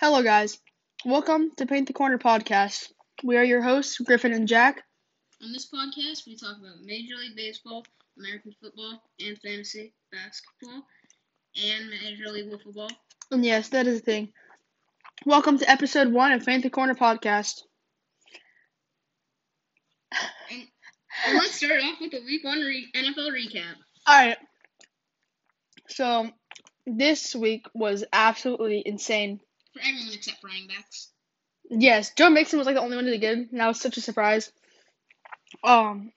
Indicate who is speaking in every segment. Speaker 1: Hello, guys. Welcome to Paint the Corner podcast. We are your hosts, Griffin and Jack.
Speaker 2: On this podcast, we talk about Major League Baseball, American football, and fantasy basketball, and Major League Football.
Speaker 1: And yes, that is the thing. Welcome to episode one of Paint the Corner podcast.
Speaker 2: And let's start off with a Week One re- NFL recap.
Speaker 1: All right. So, this week was absolutely insane.
Speaker 2: for everyone except running backs.
Speaker 1: Yes, Joe Mixon was like the only one who did good, and that was such a surprise. Um,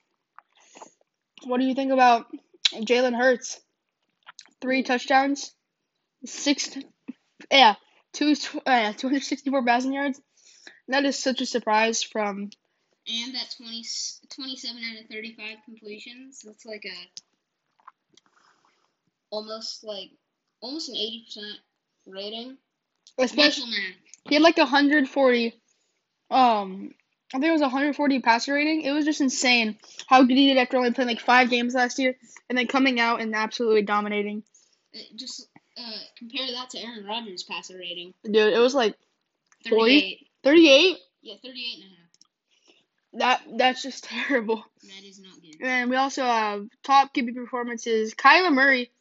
Speaker 1: what do you think about Jalen Hurts? Three touchdowns, six, yeah, two, tw- uh, yeah, two hundred sixty-four passing yards. That is such a surprise from
Speaker 2: And that 20, 27 out of 35 completions, that's like a almost like almost an 80% rating.
Speaker 1: especially
Speaker 2: Special man.
Speaker 1: he had like hundred forty, um, I think it was hundred forty passer rating. It was just insane how good he did after only playing like five games last year, and then coming out and absolutely dominating.
Speaker 2: It just uh, compare that to Aaron Rodgers' passer rating.
Speaker 1: Dude, it was like
Speaker 2: 38.
Speaker 1: Forty? thirty-eight.
Speaker 2: Yeah, 38 and a half.
Speaker 1: That that's just terrible.
Speaker 2: That is not good.
Speaker 1: And we also have top QB performances. Kyler Murray,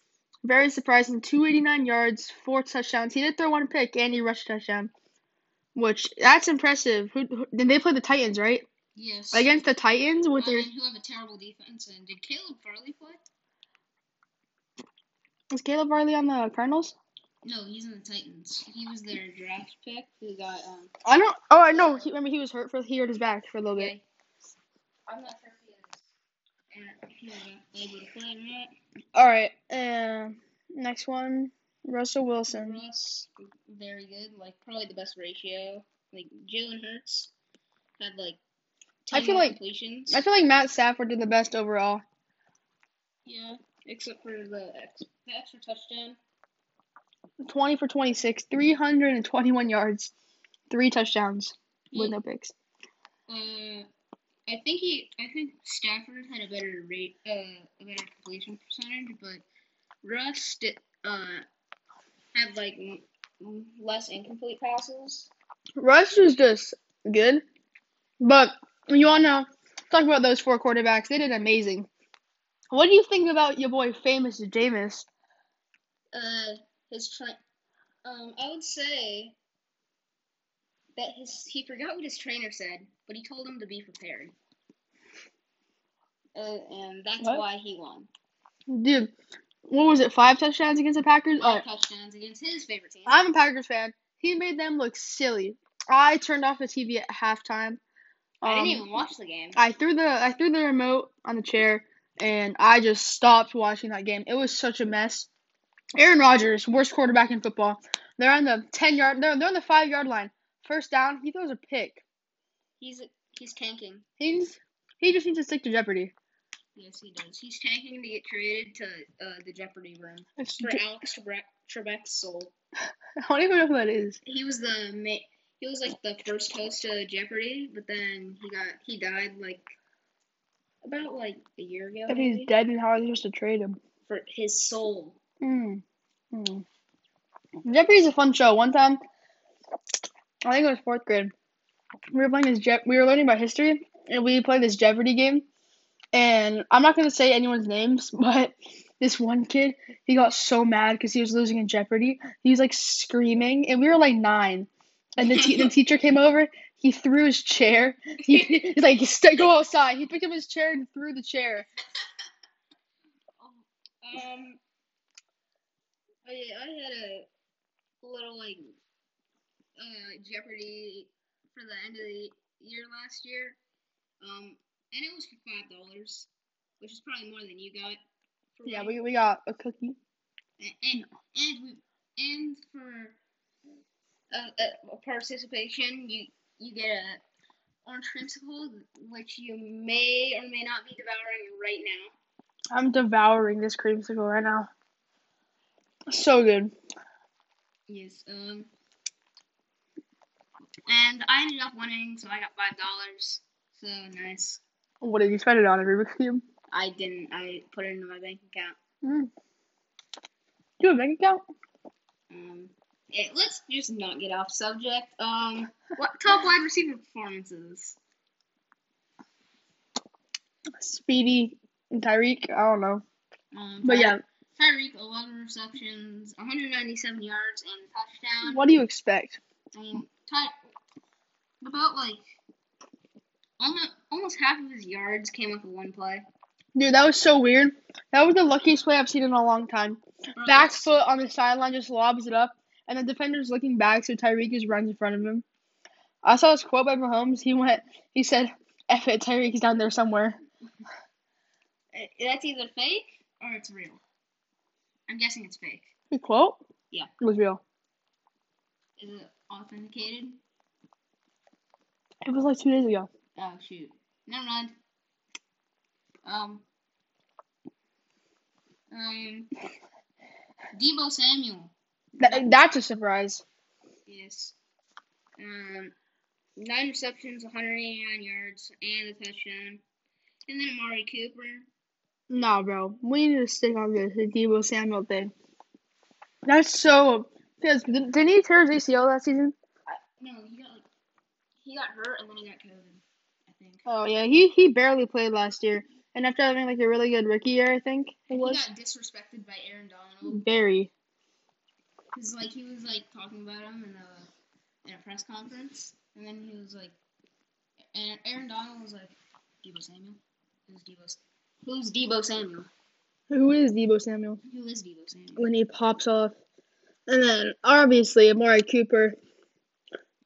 Speaker 1: very surprising, two eighty-nine yards, four touchdowns. He did throw one pick and he rushed a touchdown, which that's impressive. Who, who then they play the Titans right
Speaker 2: Yes.
Speaker 1: against the Titans with
Speaker 2: I
Speaker 1: their
Speaker 2: mean, who have a terrible defense. And did Caleb Farley play?
Speaker 1: is Caleb Riley on the Cardinals?
Speaker 2: No, he's in the Titans. He was their draft pick. Who got um.
Speaker 1: I don't. Oh, I know. He, remember he was hurt for he hurt his back for a little bit.
Speaker 2: Okay. I'm not sure if he is. And if he was able to play or
Speaker 1: All right. Uh, next one, Russell Wilson.
Speaker 2: not. Russ, very good. Like probably the best ratio. Like Jalen Hurts had like.
Speaker 1: I
Speaker 2: 10
Speaker 1: feel
Speaker 2: more
Speaker 1: like-
Speaker 2: completions.
Speaker 1: I feel like Matt Stafford did the best overall.
Speaker 2: yeah, except for the, ex- the extra touchdown.
Speaker 1: 20 for 26, 321 yards, three touchdowns with
Speaker 2: He-
Speaker 1: no picks.
Speaker 2: Uh, I think he, I think Stafford had a better rate, uh, a better completion percentage, but Russ did, uh, had like m- m- less incomplete passes.
Speaker 1: Russ was just good. But you all know, talk about those four quarterbacks. They did amazing. What do you think about your boy, famous Jameis?
Speaker 2: Uh, his tra- um, I would say that his he forgot what his trainer said, but he told him to be prepared. Uh, and that's
Speaker 1: What?
Speaker 2: why he won.
Speaker 1: Dude, what was it, five touchdowns against the Packers? All
Speaker 2: Five
Speaker 1: right,
Speaker 2: touchdowns against his favorite team.
Speaker 1: I'm a Packers fan. He made them look silly. I turned off the TV at halftime.
Speaker 2: I
Speaker 1: Um,
Speaker 2: didn't even watch the game.
Speaker 1: I threw the I threw the remote on the chair and I just stopped watching that game. It was such a mess. Aaron Rodgers, worst quarterback in football. They're on the ten yard they're, they're on the five yard line. First down, he throws a pick.
Speaker 2: He's he's tanking.
Speaker 1: He needs, he just needs to stick to Jeopardy.
Speaker 2: Yes, he does. He's tanking to get traded to uh, the Jeopardy room
Speaker 1: It's
Speaker 2: for
Speaker 1: J-
Speaker 2: Alex Trebek, Trebek's soul.
Speaker 1: I don't even know who that is.
Speaker 2: He was the ma- he was like the first host of Jeopardy, but then he got he died like about like a year ago.
Speaker 1: If
Speaker 2: maybe.
Speaker 1: he's dead, then how are they supposed to trade him?
Speaker 2: for his soul.
Speaker 1: Mm. Mm. Jeopardy's a fun show. One time, I think it was fourth grade, we were playing this. Je- we were learning about history, and we played this Jeopardy game. And I'm not gonna say anyone's names, but this one kid, he got so mad because he was losing in Jeopardy. He was like screaming, and we were like nine. And the, te- the teacher came over. He threw his chair. He, he's like, "St- "Go outside." He picked up his chair and threw the chair.
Speaker 2: Um, I I had a little like uh Jeopardy for the end of the year last year. Um, and it was for five dollars, which is probably more than you got. For
Speaker 1: Yeah,
Speaker 2: mine.
Speaker 1: we we got a cookie.
Speaker 2: A- and and we and for uh, uh, participation, you you get a orange creamsicle, which you may or may not be devouring right now.
Speaker 1: I'm devouring this creamsicle right now. So good.
Speaker 2: Yes. Um. And I ended up winning, so I got five dollars. So nice.
Speaker 1: What did you spend it on? A Rubik's Cube?
Speaker 2: I didn't. I put it into my bank account.
Speaker 1: Mm. Do you have a bank account?
Speaker 2: Um. eh, let's just not get off subject. Um, what top wide receiver performances?
Speaker 1: Speedy and Tyreek. I don't know,
Speaker 2: Um,
Speaker 1: but yeah,
Speaker 2: Tyreek, 11 receptions, 197 yards, and a touchdown.
Speaker 1: what do you expect?
Speaker 2: Um, Ty- about like almost almost half of his yards came off of one play.
Speaker 1: Dude, that was so weird. That was the luckiest play I've seen in a long time.
Speaker 2: Bro,
Speaker 1: Back
Speaker 2: that's-
Speaker 1: foot on the sideline just lobs it up, and the defender's looking back, so Tyreek just runs in front of him. I saw this quote by Mahomes. He went, he said, F it, Tyreek is down there somewhere.
Speaker 2: eh, That's either fake or it's real. I'm guessing it's fake.
Speaker 1: The quote?
Speaker 2: Yeah.
Speaker 1: It was real.
Speaker 2: Is it authenticated?
Speaker 1: It was like two days ago.
Speaker 2: Oh shoot. Never mind. Um. Um. Debo Samuel.
Speaker 1: That, that's a surprise.
Speaker 2: Yes. Um, nine receptions, 189 yards, and a touchdown. And then Amari Cooper.
Speaker 1: Nah, bro. We need to stick on this the Debo Samuel thing. That's so. Because didn't didn't he tear his ACL that season?
Speaker 2: No, he got like he got hurt and then he got COVID. I think
Speaker 1: Oh yeah, he he barely played last year, and after having like a really good rookie year, I think it
Speaker 2: he
Speaker 1: was
Speaker 2: got disrespected by Aaron Donald
Speaker 1: very.
Speaker 2: because like he was like talking about him in a in a press conference, and then he was like, and Aaron Donald was like, Debo Samuel, who's Debo? Who's Debo Samuel?
Speaker 1: Who is Debo Samuel?
Speaker 2: Who is Debo Samuel?
Speaker 1: When he pops off, and then obviously Amari Cooper.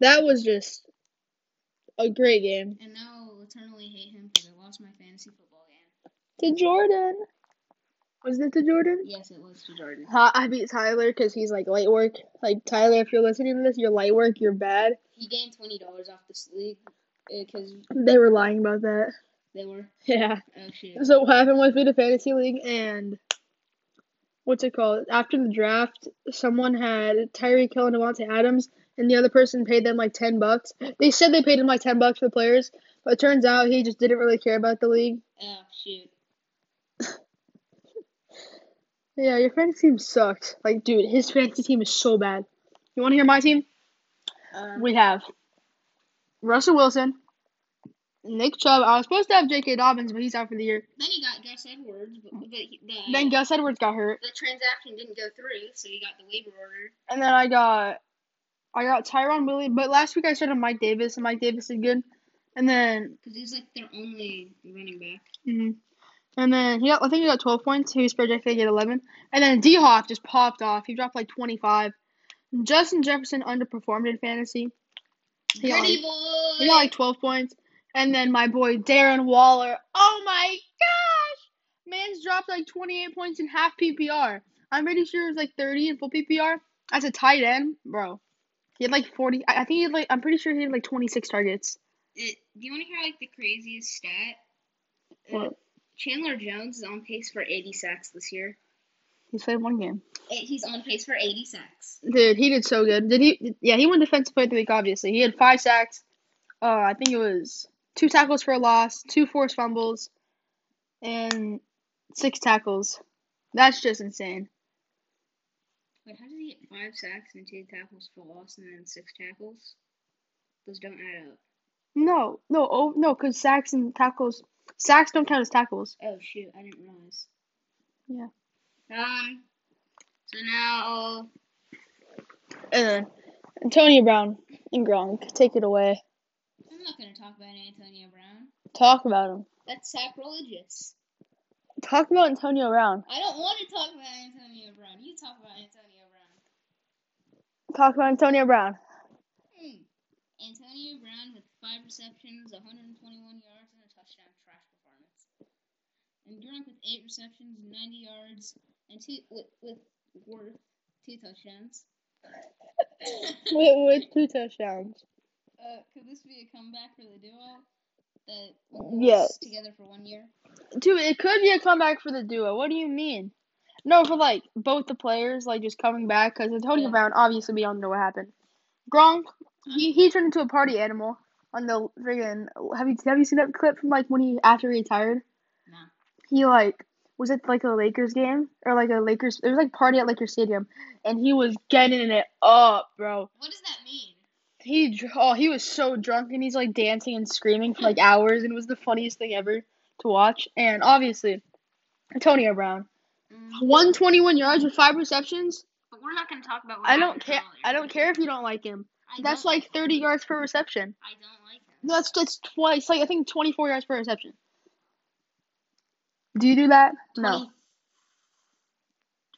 Speaker 1: That was just a great game.
Speaker 2: And now I'll eternally hate him because I lost my fantasy football game.
Speaker 1: To Jordan, wasn't it to Jordan?
Speaker 2: Yes, it was to Jordan.
Speaker 1: Ty- I beat Tyler because he's like light work. Like Tyler, if you're listening to this, you're light work. You're bad.
Speaker 2: He gained twenty dollars off this league because
Speaker 1: They were lying about that.
Speaker 2: they were
Speaker 1: Yeah.
Speaker 2: oh shit.
Speaker 1: So what happened was we did a fantasy league and what's it called? After the draft, someone had Tyreek Hill and Devontae Adams, and the other person paid them like ten bucks. They said they paid him like ten bucks for the players, but it turns out he just didn't really care about the league.
Speaker 2: Oh shoot.
Speaker 1: Yeah, your fantasy team sucked. Like, dude, his fantasy team is so bad. You want to hear my team?
Speaker 2: Um,
Speaker 1: We have Russell Wilson, Nick Chubb. I was supposed to have J.K. Dobbins, but he's out for the year.
Speaker 2: then he got Gus Edwards, but, but he, the,
Speaker 1: Then Gus Edwards got hurt.
Speaker 2: the transaction didn't go through, so he got the waiver order.
Speaker 1: And then I got I got Tyron Williams, but last week I started Mike Davis, and Mike Davis did good. And then
Speaker 2: Because he's like their only running back.
Speaker 1: mhm. and then he got I think he got twelve points. He was projected to get eleven. And then D Hop just popped off. He dropped like twenty five. Justin Jefferson underperformed in fantasy. He got,
Speaker 2: Pretty
Speaker 1: like,
Speaker 2: boy!
Speaker 1: he got like twelve points. And then my boy Darren Waller. Oh my gosh! Man's dropped like twenty eight points in half PPR. I'm pretty sure it was like thirty in full PPR. As a tight end, bro. He had like 40. I I think he had like, I'm pretty sure he had like 26 targets.
Speaker 2: It- do you want to hear like the craziest stat? Uh,
Speaker 1: What?
Speaker 2: Chandler Jones is on pace for 80 sacks this year.
Speaker 1: He's played one game.
Speaker 2: Eh, He's on pace for 80 sacks.
Speaker 1: Dude, he did so good. Did he? Yeah, he won defensive player of the week, obviously. He had five sacks. Uh, I think it was two tackles for a loss, two forced fumbles, and six tackles. That's just insane.
Speaker 2: Wait, how did he get five sacks and two tackles for loss and then six tackles? Those don't add up.
Speaker 1: No, no, oh, no, because sacks and tackles, sacks don't count as tackles.
Speaker 2: Oh shoot, I didn't realize.
Speaker 1: Yeah.
Speaker 2: Um. So now,
Speaker 1: And then Antonio Brown and Gronk, take it away.
Speaker 2: I'm not gonna talk about Antonio Brown.
Speaker 1: Talk about him.
Speaker 2: That's sacrilegious.
Speaker 1: Talk about Antonio Brown.
Speaker 2: I don't want to talk about Antonio Brown. You talk about Antonio Brown.
Speaker 1: Talk about Antonio Brown.
Speaker 2: Hmm. Antonio Brown with five receptions, 121 yards, and a touchdown. Trash performance. And Gronk with eight receptions, 90 yards, and two with, with worth two touchdowns.
Speaker 1: With, with two touchdowns.
Speaker 2: Uh, could this be a comeback for the duo that
Speaker 1: Yes.
Speaker 2: was together for one year?
Speaker 1: Dude, it could be a comeback for the duo. What do you mean? No, for like both the players, like just coming back because Antonio
Speaker 2: Yeah.
Speaker 1: Brown obviously we all know what happened. Gronk, he, he turned into a party animal on the friggin' have you have you seen that clip from like when he after he retired?
Speaker 2: No.
Speaker 1: He like was it like a Lakers game or like a Lakers? It was like party at Lakers Stadium, and he was getting it up, bro.
Speaker 2: What does that mean?
Speaker 1: He dr- oh he was so drunk and he's like dancing and screaming for like hours and it was the funniest thing ever to watch. And obviously, Antonio Brown,
Speaker 2: Mm,
Speaker 1: one twenty one yards with five receptions.
Speaker 2: But we're not gonna talk about. What
Speaker 1: I don't
Speaker 2: happened
Speaker 1: care.
Speaker 2: earlier.
Speaker 1: I don't care if you don't like him.
Speaker 2: I
Speaker 1: That's
Speaker 2: don't-
Speaker 1: like thirty yards per reception.
Speaker 2: I don't like him.
Speaker 1: No, that's that's twice. Like I think twenty four yards per reception. Do you do that? No.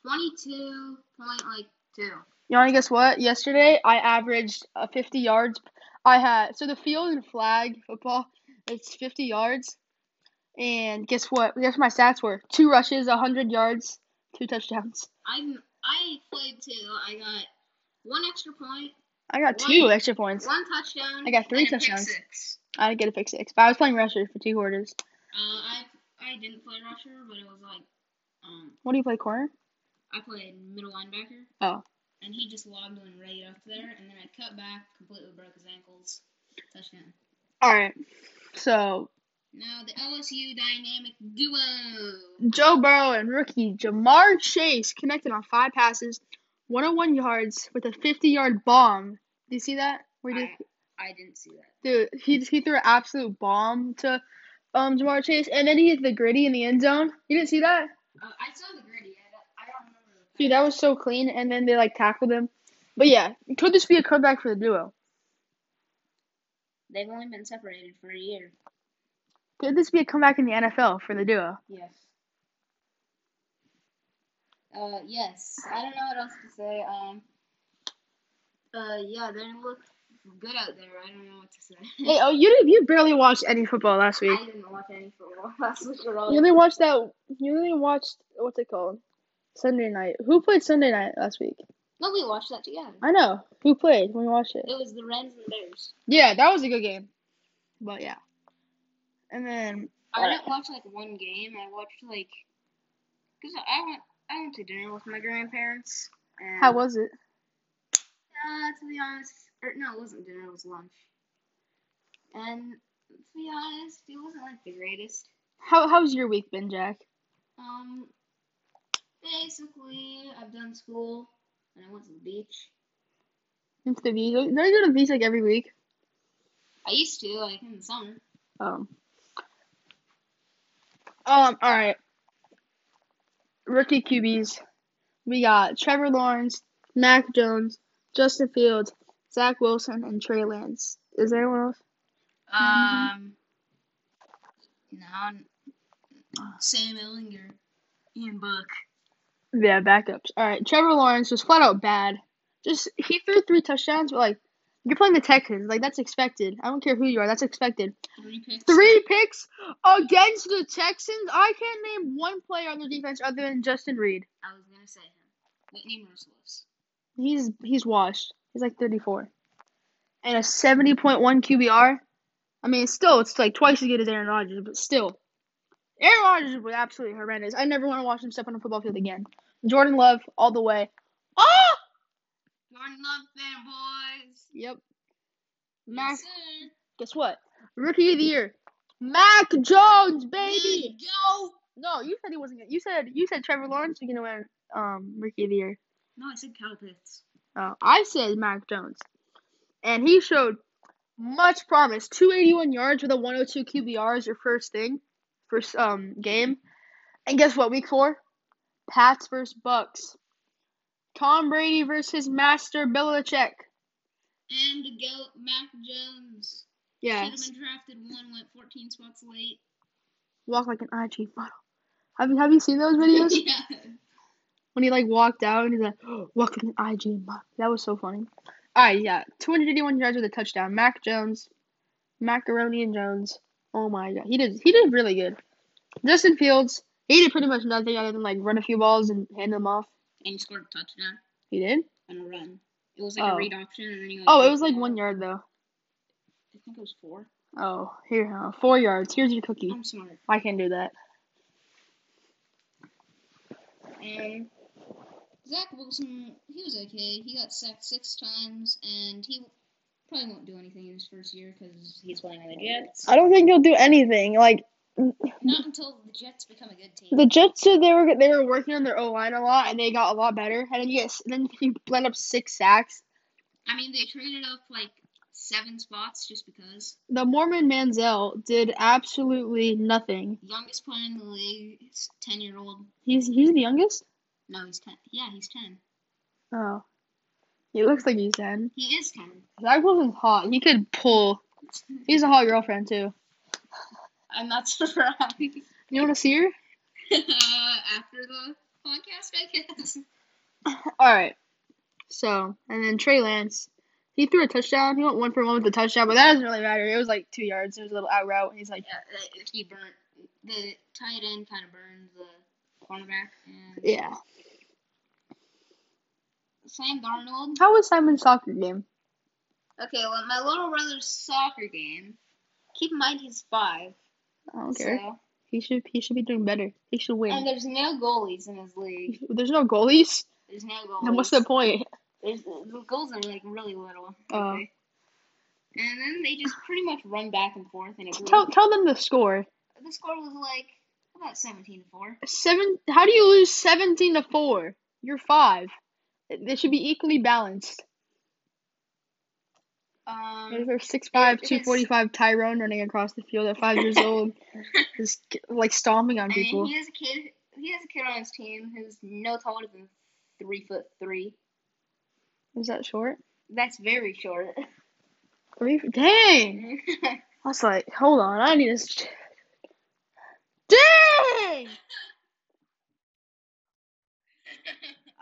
Speaker 2: Twenty-two point like two.
Speaker 1: You want to guess what? Yesterday, I averaged uh, 50 yards. I had so the field and flag football, it's 50 yards. And guess what? Guess what my stats were two rushes, 100 yards, two touchdowns.
Speaker 2: I'm I played two. I got one extra point,
Speaker 1: I got two
Speaker 2: One-
Speaker 1: extra points.
Speaker 2: one touchdown.
Speaker 1: I got three
Speaker 2: and a pick
Speaker 1: touchdowns.
Speaker 2: six.
Speaker 1: I didn't get a pick six, but I was playing rusher for two quarters.
Speaker 2: Uh, I I didn't play rusher, but it was like um
Speaker 1: What do you play corner?
Speaker 2: I played middle linebacker.
Speaker 1: Oh.
Speaker 2: And he just lobbed one right up there, and then I cut back, completely broke his ankles. Touchdown.
Speaker 1: All right. So
Speaker 2: Now the LSU dynamic duo.
Speaker 1: Joe Burrow and rookie Jamar Chase connected on five passes, 101 yards with a 50 yard bomb. Do you see that? Where do you-
Speaker 2: I, I didn't see that.
Speaker 1: Dude, he he threw an absolute bomb to um Jamar Chase, and then he hit the gritty in the end zone. You didn't see that,
Speaker 2: Uh, I saw the gritty. I don't, I don't remember. The
Speaker 1: dude. That was so clean. And then they like tackled him. But yeah, could this be a comeback for the duo?
Speaker 2: They've only been separated for a year.
Speaker 1: Could this be a comeback in the NFL for the duo?
Speaker 2: Yes. Uh, yes. I don't know what else to say. Um. Uh, yeah, they look good out there. I don't know what to say.
Speaker 1: Hey, oh, you didn't, you barely watched any football last week.
Speaker 2: I didn't watch any football last week at all.
Speaker 1: You only watched that. You only watched what's it called? Sunday night. Who played Sunday night last week?
Speaker 2: No, we watched that together.
Speaker 1: I know who played when we watched it.
Speaker 2: It was the Reds and the Bears.
Speaker 1: Yeah, that was a good game. But yeah, and then
Speaker 2: I
Speaker 1: Alright.
Speaker 2: didn't watch like one game. I watched like, cause I went I went to dinner with my grandparents. And,
Speaker 1: how was it?
Speaker 2: Uh, to be honest, or no, it wasn't dinner. It was lunch. And to be honest, it wasn't like the greatest.
Speaker 1: How how's your week been, Jack?
Speaker 2: Um, basically, I've done school and I went to the beach.
Speaker 1: Into the beach. Don't you go to the beach like every week?
Speaker 2: I used to, like in the summer.
Speaker 1: Um. Um. All right. Rookie QBs. We got Trevor Lawrence, Mac Jones, Justin Fields, Zach Wilson, and Trey Lance. Is there anyone else?
Speaker 2: Um, no, Sam Ellinger, Ian Book.
Speaker 1: Yeah, backups. All right. Trevor Lawrence was flat out bad. Just he threw three touchdowns, but like you're playing the Texans, like that's expected. I don't care who you are, that's expected.
Speaker 2: Three picks.
Speaker 1: Three picks against the Texans. I can't name one player on their defense other than Justin Reed.
Speaker 2: I was gonna say him. Whitney Merciless.
Speaker 1: He's he's washed. He's like 34. And a 70.1 QBR. I mean, it's still, it's like twice as good as Aaron Rodgers, but still. Aaron Rodgers was absolutely horrendous. I never want to watch him step on a football field again. Jordan Love, all the way. Oh!
Speaker 2: Jordan Love fanboys.
Speaker 1: Yep. Mac,
Speaker 2: Yes, sir.
Speaker 1: guess what? Rookie of the year. Mac Jones, baby!
Speaker 2: Let's go.
Speaker 1: No, you said he wasn't. Gonna, you said you said Trevor Lawrence was gonna win um rookie of the year.
Speaker 2: No, I said Kyle Pitts.
Speaker 1: Uh, I said Mac Jones, and he showed much promise. Two eighty one yards with a one hundred two QBR is your first thing, first um game, and guess what? Week four, Pats versus Bucks. Tom Brady versus Master Belichick.
Speaker 2: And the goat, Mac Jones.
Speaker 1: Yeah,
Speaker 2: Should have been drafted one, went 14 spots late.
Speaker 1: walk like an IG model. Have you have you seen those videos?
Speaker 2: yeah.
Speaker 1: when he like walked out and he's like, "Welcome to IG." Mark." That was so funny. All right, yeah, 281 yards with a touchdown. Mac Jones, Macaroni and Jones. Oh my god, he did he did really good. Justin Fields, he did pretty much nothing other than like run a few balls and hand them off.
Speaker 2: And he scored a touchdown
Speaker 1: He did.
Speaker 2: on a run. It was like
Speaker 1: Oh.
Speaker 2: a read option, and then he. Like,
Speaker 1: Oh, it was like one yard though.
Speaker 2: I think it was four.
Speaker 1: Oh, here, huh? four yards. Here's your cookie.
Speaker 2: I'm smart.
Speaker 1: I can do that.
Speaker 2: And Zach Wilson, he was okay. He got sacked six times, and he probably won't do anything in his first year because he's playing on the Jets.
Speaker 1: I don't think he'll do anything. Like
Speaker 2: Not until the Jets become a good team.
Speaker 1: The Jets said they were they were working on their O line a lot and they got a lot better. And then yes, then he blend up six sacks.
Speaker 2: I mean, they traded up like seven spots just because.
Speaker 1: The Mormon Manziel did absolutely nothing.
Speaker 2: Youngest player in the league, ten year old.
Speaker 1: He's he's the youngest.
Speaker 2: No, he's ten. Yeah, he's ten.
Speaker 1: Oh, he looks like he's ten.
Speaker 2: He is ten.
Speaker 1: Zach Wilson's hot. He could pull. He's a hot girlfriend too.
Speaker 2: I'm not surprised.
Speaker 1: You want to see her?
Speaker 2: uh, after the podcast, I guess.
Speaker 1: All right. So and then Trey Lance, he threw a touchdown. He went one for one with the touchdown, but that doesn't really matter. It was like two yards. It was a little out route. He's like,
Speaker 2: Yeah, uh, he burnt the tight end. Kind of burned the cornerback. And
Speaker 1: yeah.
Speaker 2: Sam Darnold.
Speaker 1: How was Simon's soccer game?
Speaker 2: Okay, well, my little brother's soccer game. Keep in mind he's five.
Speaker 1: I don't care.
Speaker 2: so-
Speaker 1: He should he should be doing better. He should win.
Speaker 2: and there's no goalies in his league.
Speaker 1: There's no goalies.
Speaker 2: There's no goalies.
Speaker 1: Then what's the point?
Speaker 2: There's, the goals are like really little.
Speaker 1: Oh.
Speaker 2: Okay. And then they just pretty much run back and forth, and it
Speaker 1: Tell tell them the score.
Speaker 2: the score was like about seventeen to four.
Speaker 1: Seven. How do you lose seventeen to four? You're five. They should be equally balanced.
Speaker 2: Um,
Speaker 1: There's six five,
Speaker 2: it
Speaker 1: two
Speaker 2: is-
Speaker 1: forty five. Tyrone running across the field at five years old, just like stomping on
Speaker 2: and
Speaker 1: people.
Speaker 2: he has a kid. He has a kid on his team who's no taller than three foot three.
Speaker 1: Is that short?
Speaker 2: That's very short.
Speaker 1: Three. Dang. I was like, hold on. I need to. ch- Dang.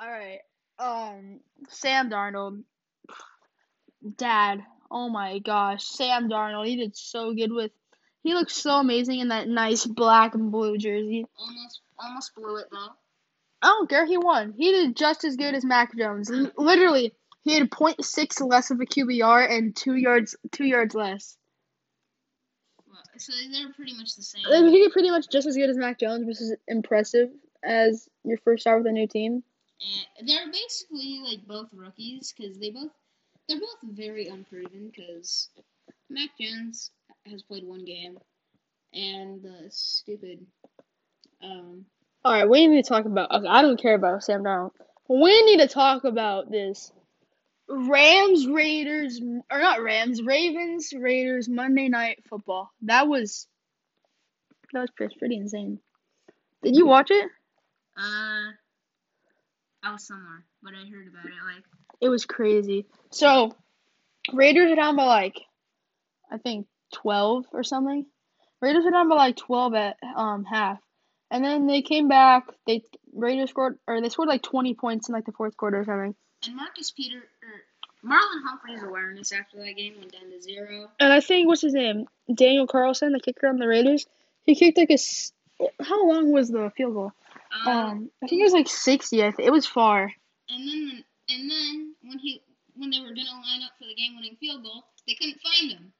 Speaker 1: All right. Um, Sam Darnold. Dad. Oh my gosh, Sam Darnold. He did so good with. He looked so amazing in that nice black and blue jersey.
Speaker 2: almost, almost blew it though.
Speaker 1: I don't care. He won. He did just as good as Mac Jones. L- Literally, he had 0.6 less of a QBR and two yards, two yards less.
Speaker 2: Well, So they're pretty much the same.
Speaker 1: Like, He did pretty much just as good as Mac Jones, which is impressive as your first start with a new team.
Speaker 2: And they're basically like both rookies because they both they're both very unproven because Mac Jones has played one game, and the stupid um
Speaker 1: All right, we need to talk about. Okay, I don't care about Sam Darnold. We need to talk about this Rams Raiders or not Rams Ravens Raiders Monday Night Football. That was that was pretty, pretty insane. Did you watch it?
Speaker 2: uh I was somewhere, but I heard about it like
Speaker 1: It was crazy. So Raiders are down by like I think twelve or something. Raiders were down by like twelve at um half. And then they came back, they Raiders scored or they scored like twenty points in like the fourth quarter or something.
Speaker 2: and Marcus Peter or Marlon Humphrey's awareness after that game went down to zero.
Speaker 1: And I think what's his name, Daniel Carlson, the kicker on the Raiders, he kicked like a. s- How long was the field goal?
Speaker 2: Um,
Speaker 1: Um, I think it was like sixty. I think it was far.
Speaker 2: and then and then when he when they were gonna line up for the game winning field goal, they couldn't find him.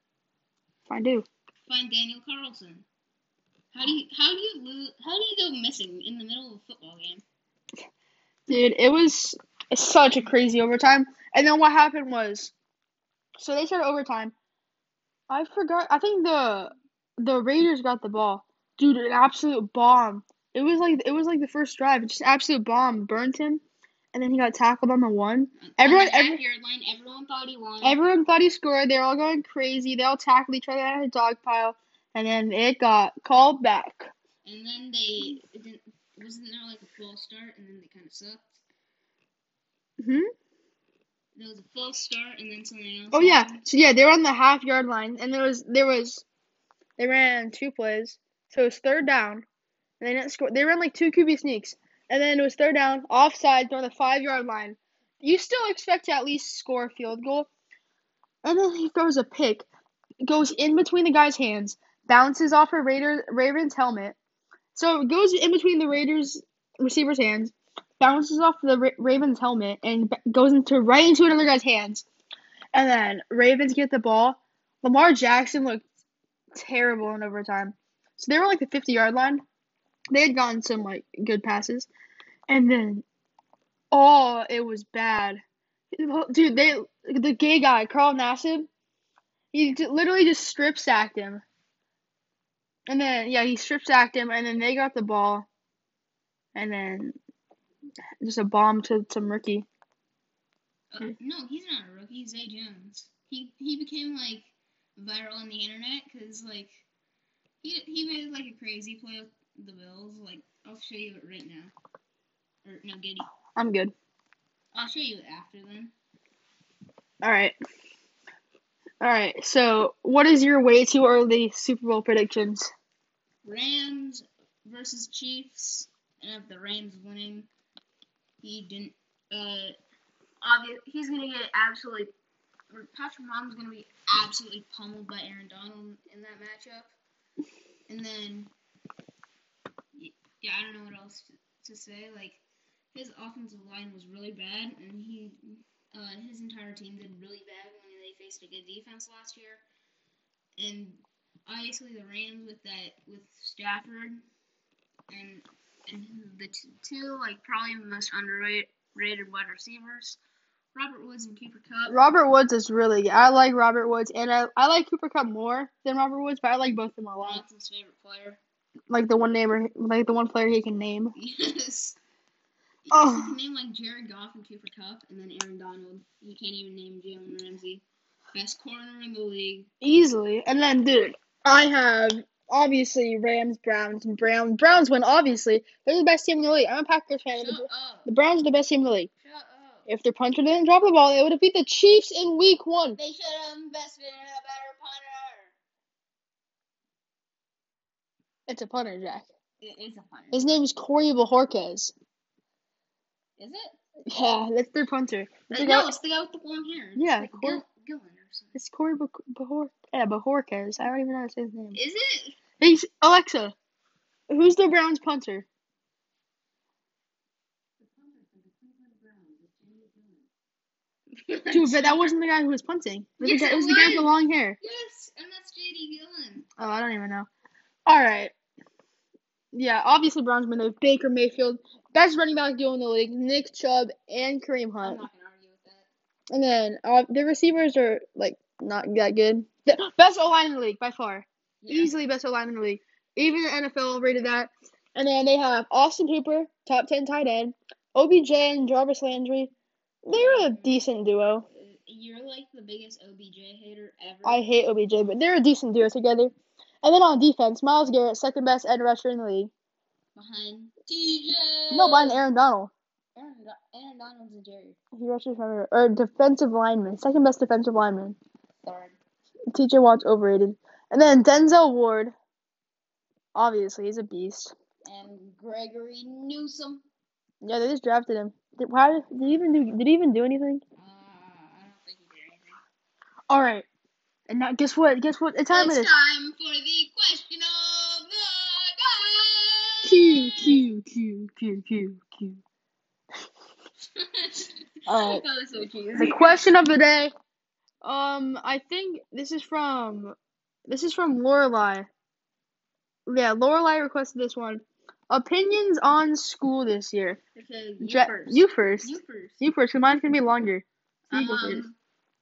Speaker 1: I do.
Speaker 2: find Daniel Carlson. How do you how do you lose how do you go missing in the middle of a football game?
Speaker 1: Dude, it was such a crazy overtime. And then what happened was, so they started overtime. I forgot. I think the the Raiders got the ball. Dude, an absolute bomb. It was like it was like the first drive. Just absolute bomb burnt him, and then he got tackled on the one. Everyone-
Speaker 2: on the half
Speaker 1: every-
Speaker 2: yard line, everyone thought he won.
Speaker 1: Everyone thought he scored. They were all going crazy. They all tackled each other at a dog pile, and then it got called back.
Speaker 2: and then they it didn't wasn't there like a false start and then they kinda sucked.
Speaker 1: Hmm?
Speaker 2: There was a false start and then something else.
Speaker 1: Oh yeah,
Speaker 2: happened.
Speaker 1: so yeah, they were on the half yard line, and there was there was, they ran two plays, so it was third down, and they didn't score. They ran like two QB sneaks, and then it was third down, offside, they're on the five yard line. You still expect to at least score a field goal, and then he throws a pick, It goes in between the guy's hands, bounces off a Raider Ravens helmet, so it goes in between the Raiders receiver's hands, bounces off the Ra- Ravens helmet, and b- goes into right into another guy's hands. And then Ravens get the ball. Lamar Jackson looked terrible in overtime. So they were like the 50 yard line. They had gotten some like good passes. And then oh, it was bad. Dude, they the gay guy, Carl Nassib, he j- literally just strip sacked him. And then yeah, he strip sacked him, and then they got the ball, and then just a bomb to some rookie.
Speaker 2: Uh, no, he's not a rookie. Zay Jones. He he became like viral on the internet because like he he made like a crazy play with the Bills. Like I'll show you it right now. Or no, Giddy.
Speaker 1: I'm good.
Speaker 2: I'll show you it after then.
Speaker 1: All right. All right. So, what is your way too early Super Bowl predictions?
Speaker 2: Rams versus Chiefs, and I have the Rams winning. He didn't. Uh, obvious. He's gonna get absolutely. or Patrick Mahomes gonna be absolutely pummeled by Aaron Donald in that matchup. And then, y- yeah, I don't know what else to, to say. Like, his offensive line was really bad, and he, uh, his entire team did really bad when they faced a good defense last year. And obviously the Rams with that with Stafford, and and the t- two like probably the most underrated wide receivers, Robert Woods and Cooper Cup.
Speaker 1: Robert Woods is really good. I like Robert Woods, and I, I like Cooper Cup more than Robert Woods, but I like both of them a lot.
Speaker 2: Watson's favorite player.
Speaker 1: Like the one neighbor, like the one player he can name.
Speaker 2: Yes.
Speaker 1: Oh.
Speaker 2: You can name like Jared Goff and Cooper Cup, and then Aaron Donald. You can't even name Jalen Ramsey. Best corner in the league.
Speaker 1: Easily. And then, dude, I have obviously Rams, Browns, and Browns. Browns win, obviously. They're the best team in the league. I'm a Packers fan.
Speaker 2: Shut
Speaker 1: but The,
Speaker 2: up.
Speaker 1: the Browns are the best team in the league.
Speaker 2: Shut up.
Speaker 1: If their punter didn't drop the ball, they would have beat the Chiefs in week one.
Speaker 2: They should have invested in a better punter.
Speaker 1: It's a punter, Jack.
Speaker 2: It is a punter.
Speaker 1: His name is Corey Bajorquez.
Speaker 2: Is it?
Speaker 1: Yeah, that's their punter. It's, the
Speaker 2: no,
Speaker 1: guy-
Speaker 2: it's the guy with the blonde hair. It's
Speaker 1: Yeah,
Speaker 2: like
Speaker 1: Cor-
Speaker 2: Gil- Gillen or something.
Speaker 1: it's Corey Baj- Bajor- yeah, Bajorquez. I don't even know how to say his name.
Speaker 2: Is it?
Speaker 1: He's Alexa. Who's the Browns punter? Dude, but that wasn't the guy who was punting. It was,
Speaker 2: Yes,
Speaker 1: the, guy,
Speaker 2: it
Speaker 1: it was the guy with the
Speaker 2: was.
Speaker 1: long hair.
Speaker 2: yes, and that's JD Gillen.
Speaker 1: Oh, I don't even know. All right. Yeah, obviously Browns win. though. Baker Mayfield, best running back duo in the league. Nick Chubb and Kareem
Speaker 2: I'm
Speaker 1: Hunt.
Speaker 2: not gonna argue with that.
Speaker 1: And then uh, the receivers are like not that good. The best O line in the league by far,
Speaker 2: Yeah.
Speaker 1: easily best O line in the league. Even the NFL rated that. And then they have Austin Hooper, top ten tight end, OBJ and Jarvis Landry. They're a decent duo.
Speaker 2: Uh, You're like the biggest OBJ hater ever.
Speaker 1: I hate OBJ, but they're a decent duo together. And then on defense, Miles Garrett, second best end rusher in the league.
Speaker 2: behind DJ.
Speaker 1: No, behind Aaron Donald.
Speaker 2: Aaron, Do- Aaron Donald's a Jerry.
Speaker 1: He rushes from or defensive lineman, second best defensive lineman.
Speaker 2: Third.
Speaker 1: TJ Watt's overrated. And then Denzel Ward. Obviously, he's a beast.
Speaker 2: And Gregory Newsom.
Speaker 1: Yeah, they just drafted him. Did, why did he even do? Did he even do anything?
Speaker 2: Uh, I don't think he did anything.
Speaker 1: All right. And now, guess what? Guess what? It's time it
Speaker 2: it's
Speaker 1: is.
Speaker 2: time for the question of the
Speaker 1: Q Q Q Q Q Q. Alright.
Speaker 2: That was so cheesy.
Speaker 1: Oh. The question of the day. Um, I think this is from, this is from Lorelai. Yeah, Lorelai requested this one. Opinions on school this year.
Speaker 2: Okay, you
Speaker 1: Ja-
Speaker 2: first.
Speaker 1: You first.
Speaker 2: You first.
Speaker 1: You first. 'cause Mine's gonna be longer. You go first.
Speaker 2: Um,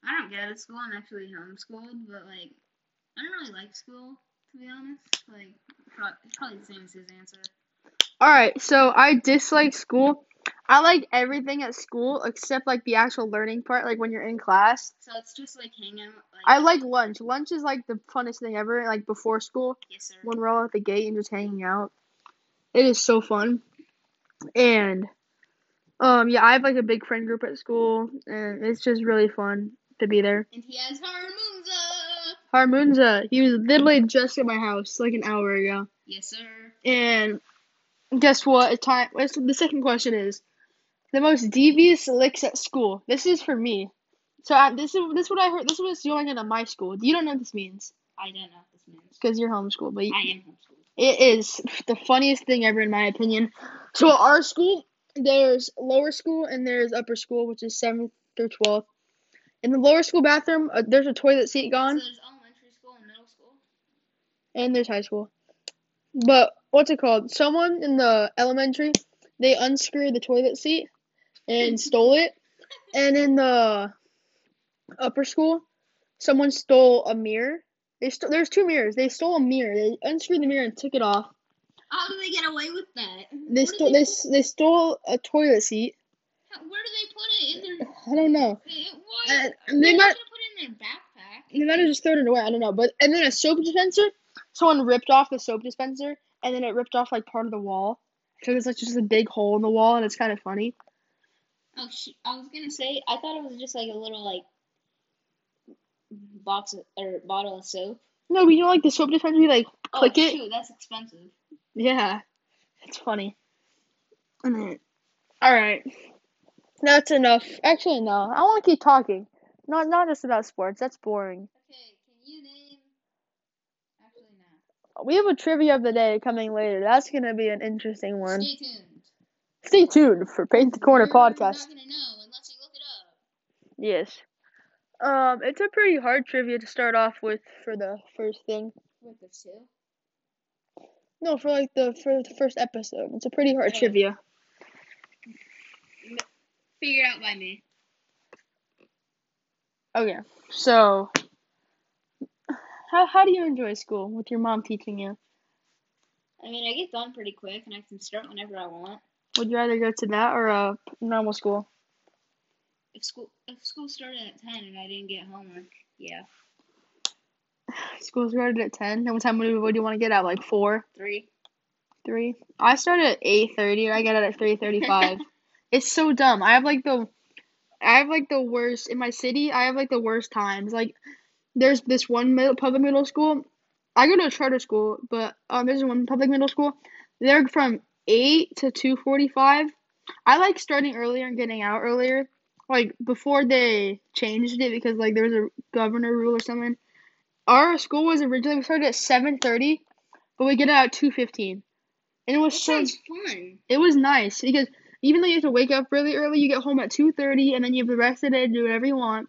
Speaker 2: I don't go to school. I'm actually homeschooled, but like, I don't really like school to be honest. Like, pro- it's probably the same as his answer.
Speaker 1: All right. So I dislike school. I like everything at school except like the actual learning part, like when you're in class.
Speaker 2: So it's just like hanging out. Like,
Speaker 1: I like lunch. Lunch is like the funnest thing ever. Like before school,
Speaker 2: yes sir.
Speaker 1: when we're all at the gate and just hanging out, it is so fun. And um, yeah, I have like a big friend group at school, and it's just really fun to be there.
Speaker 2: And he has Harmunza.
Speaker 1: Harmunza, he was literally just at my house like an hour ago.
Speaker 2: Yes sir.
Speaker 1: And guess what? It's time. what's- The second question is the most devious licks at school. This is for me. So I, this is this is what I heard. This was going on at my school. You don't know what this means
Speaker 2: I don't know what this means.
Speaker 1: because you're homeschooled, but you-
Speaker 2: I am homeschooled.
Speaker 1: it is the funniest thing ever in my opinion. So at our school, there's lower school and there's upper school, which is seventh through twelfth. In the lower school bathroom, uh, there's a toilet seat
Speaker 2: So
Speaker 1: gone,
Speaker 2: there's elementary school and middle school.
Speaker 1: and there's high school. But what's it called? Someone in the elementary, they unscrewed the toilet seat and stole it. And in the upper school, someone stole a mirror They st- there's two mirrors. They stole a mirror. They unscrewed the mirror and took it off.
Speaker 2: How do they get away with that?
Speaker 1: They
Speaker 2: Where do
Speaker 1: stole
Speaker 2: they,
Speaker 1: they s- they stole a toilet seat.
Speaker 2: how- Where do they put it in their?
Speaker 1: I don't know.
Speaker 2: It, what?
Speaker 1: Uh,
Speaker 2: they
Speaker 1: they might
Speaker 2: should put it in their backpack.
Speaker 1: they might have just thrown it away. I don't know. But and then a soap dispenser. Someone ripped off the soap dispenser and then it ripped off like part of the wall. So it's like just a big hole in the wall and it's kind of funny.
Speaker 2: Oh, sh- I was gonna say I thought it was just like a little like box of, or bottle of soap.
Speaker 1: No, but you know like the soap dispenser you like Click
Speaker 2: oh,
Speaker 1: it.
Speaker 2: Shoot, that's expensive.
Speaker 1: yeah, it's funny. And then, all right, that's enough. Actually, no, I want to keep talking. Not not just about sports. That's boring.
Speaker 2: Okay, can you name? Actually, no.
Speaker 1: We have a trivia of the day coming later. That's gonna be an interesting one.
Speaker 2: Stay tuned.
Speaker 1: Stay tuned for Paint the Corner
Speaker 2: You're not
Speaker 1: podcast.
Speaker 2: gonna know unless you look it up.
Speaker 1: Yes. Um, it's a pretty hard trivia to start off with for the first thing.
Speaker 2: With the two.
Speaker 1: No, for like the for the first episode. It's a pretty hard
Speaker 2: Oh.
Speaker 1: trivia.
Speaker 2: Figured out by me.
Speaker 1: Okay. So how how do you enjoy school with your mom teaching you?
Speaker 2: I mean, I get done pretty quick, and I can start whenever I want.
Speaker 1: Would you rather go to that or uh normal school?
Speaker 2: If school if school started at ten and I didn't get homework, yeah,
Speaker 1: School started at ten. And what time would you, would you want to get out? Like four,
Speaker 2: three.
Speaker 1: three? I started at eight thirty and I got out at three thirty five. it's so dumb. I have like the I have like the worst in my city, I have like the worst times. Like there's this one middle, public middle school. I go to a charter school, but um there's one public middle school. They're from eight to two forty five. I like starting earlier and getting out earlier. Like before they changed it because like there was a governor rule or something. Our school was originally we started at seven thirty, but we get out at two fifteen. And it
Speaker 2: That
Speaker 1: was so
Speaker 2: sounds fun.
Speaker 1: it was nice because even though you have to wake up really early, you get home at two thirty, and then you have the rest of the day to do whatever you want.